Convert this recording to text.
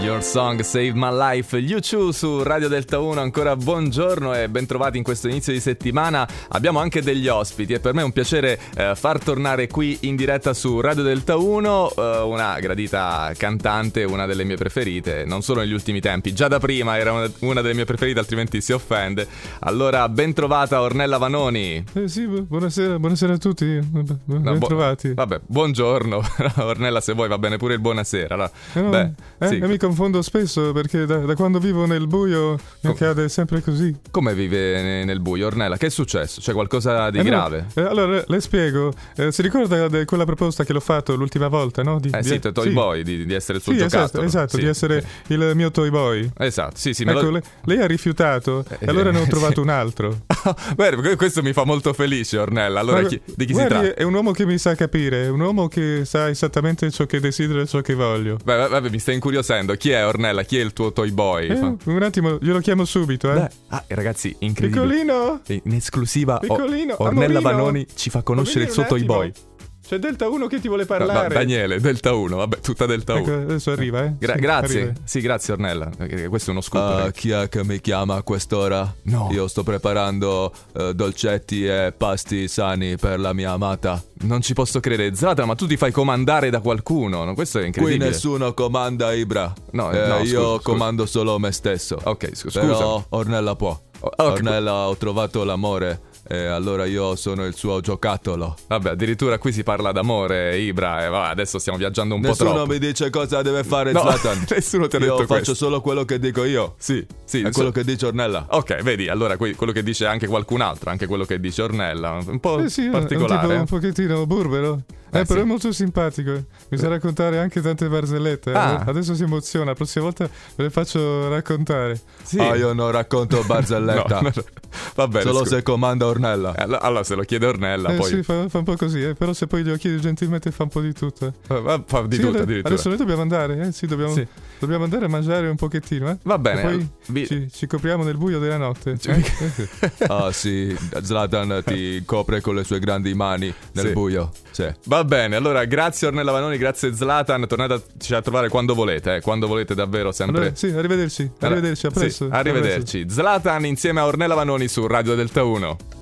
Your Song Save My Life, You Chu su Radio Delta 1, ancora buongiorno e bentrovati in questo inizio di settimana. Abbiamo anche degli ospiti e per me è un piacere eh, far tornare qui in diretta su Radio Delta 1 eh, una gradita cantante, una delle mie preferite, non solo negli ultimi tempi, già da prima era una, una delle mie preferite, altrimenti si offende. Allora, bentrovata Ornella Vanoni. Eh sì, bu- buonasera, buonasera a tutti, ben No, bu- trovati. Vabbè, buongiorno. Ornella, se vuoi va bene pure il buonasera. allora. Eh, no, beh, eh, sì. eh, mi confondo spesso perché da, da quando vivo nel buio mi Oh. accade sempre così. Come vive ne- nel buio, Ornella? Che è successo? C'è qualcosa di Eh, no, grave? eh, allora, le spiego. Eh, si ricorda di quella proposta che l'ho fatto l'ultima volta, no? Di, Eh di- sì, Toy Boy, di, di essere il suo Sì, esatto, giocattolo. esatto, Sì, di essere sì. il mio toy boy. Esatto, sì, sì, me lo- Ecco, le- lei ha rifiutato Eh, e allora ne eh, ho sì. trovato un altro. Beh, que- questo mi fa molto felice, Ornella. Allora, Ma chi- di chi si guardi, tratta? È un uomo che mi sa capire, è un uomo che sa esattamente ciò che desidero e ciò che voglio. Beh, beh, vabbè, mi stai incuriosendo. Chi è Ornella? Chi è il tuo Toy Boy? Eh, Fa- un attimo, glielo chiamo subito, eh. Beh, ah, ragazzi, incredibile. Piccolino! In esclusiva, o- Piccolino, Ornella amorino. Vanoni ci fa conoscere il suo Toy Vieni un Boy. attimo. C'è Delta 1 che ti vuole No, no, parlare. Daniele, Delta 1, vabbè, tutta Delta 1. Ecco, adesso arriva, eh. Gra- Sì, grazie, arriva. sì, grazie Ornella. perché Questo è uno scoop. Ah, ragazzi. chi è che mi chiama a quest'ora? No. Io sto preparando eh, dolcetti e pasti sani per la mia amata. non ci posso credere. Zlatan, ma tu ti fai comandare da qualcuno. no? Questo è Qui incredibile. nessuno comanda Ibra. No, Eh, no, scusa, io scusa. comando solo me stesso. Ok, scu- scusa. Ah, Però Ornella può. ok. Ornella ho trovato l'amore e allora io sono il suo giocattolo. Vabbè, addirittura qui si parla d'amore, Ibra. E vabbè, adesso stiamo viaggiando un nessuno po' troppo. mi dice cosa deve fare No, Zlatan. nessuno ti ha io detto faccio questo. solo quello che dico io. Sì, sì. so- è quello che dice Ornella. Ok, vedi, allora que- quello che dice anche qualcun altro, anche quello che dice Ornella. Un po' Eh sì, è un tipo particolare. un pochettino burbero. Eh, Eh, però sì. Eh. è molto simpatico. Mi sa raccontare anche tante barzellette. eh. Ah. Adesso si emoziona, la prossima volta ve le faccio raccontare. Sì. Ah, io non racconto No, barzelletta. eh? no, no. Va bene. Solo scusa. se comanda Ornella. Eh, Allora, allora se lo chiede Ornella, eh poi sì, fa, fa un po' così, eh. però se poi glielo chiedi gentilmente fa un po' di tutto. eh. Eh, va- fa di Sì, tutto allora- addirittura. adesso noi dobbiamo andare, eh? Sì, dobbiamo, Sì. dobbiamo andare a mangiare un pochettino, eh? Va E bene. poi vi- ci, ci copriamo nel buio della notte. Ci- eh? Eh sì. Ah sì, Zlatan ti copre con le sue grandi mani nel Sì. buio. Sì. Va bene, allora grazie Ornella Vanoni, grazie Zlatan, tornateci a trovare quando volete, eh, quando volete davvero sempre. Allora, sì, arrivederci. Allora, Arrivederci, a sì, presto. a presto. arrivederci. Zlatan insieme a Ornella Vanoni su Radio Delta 1.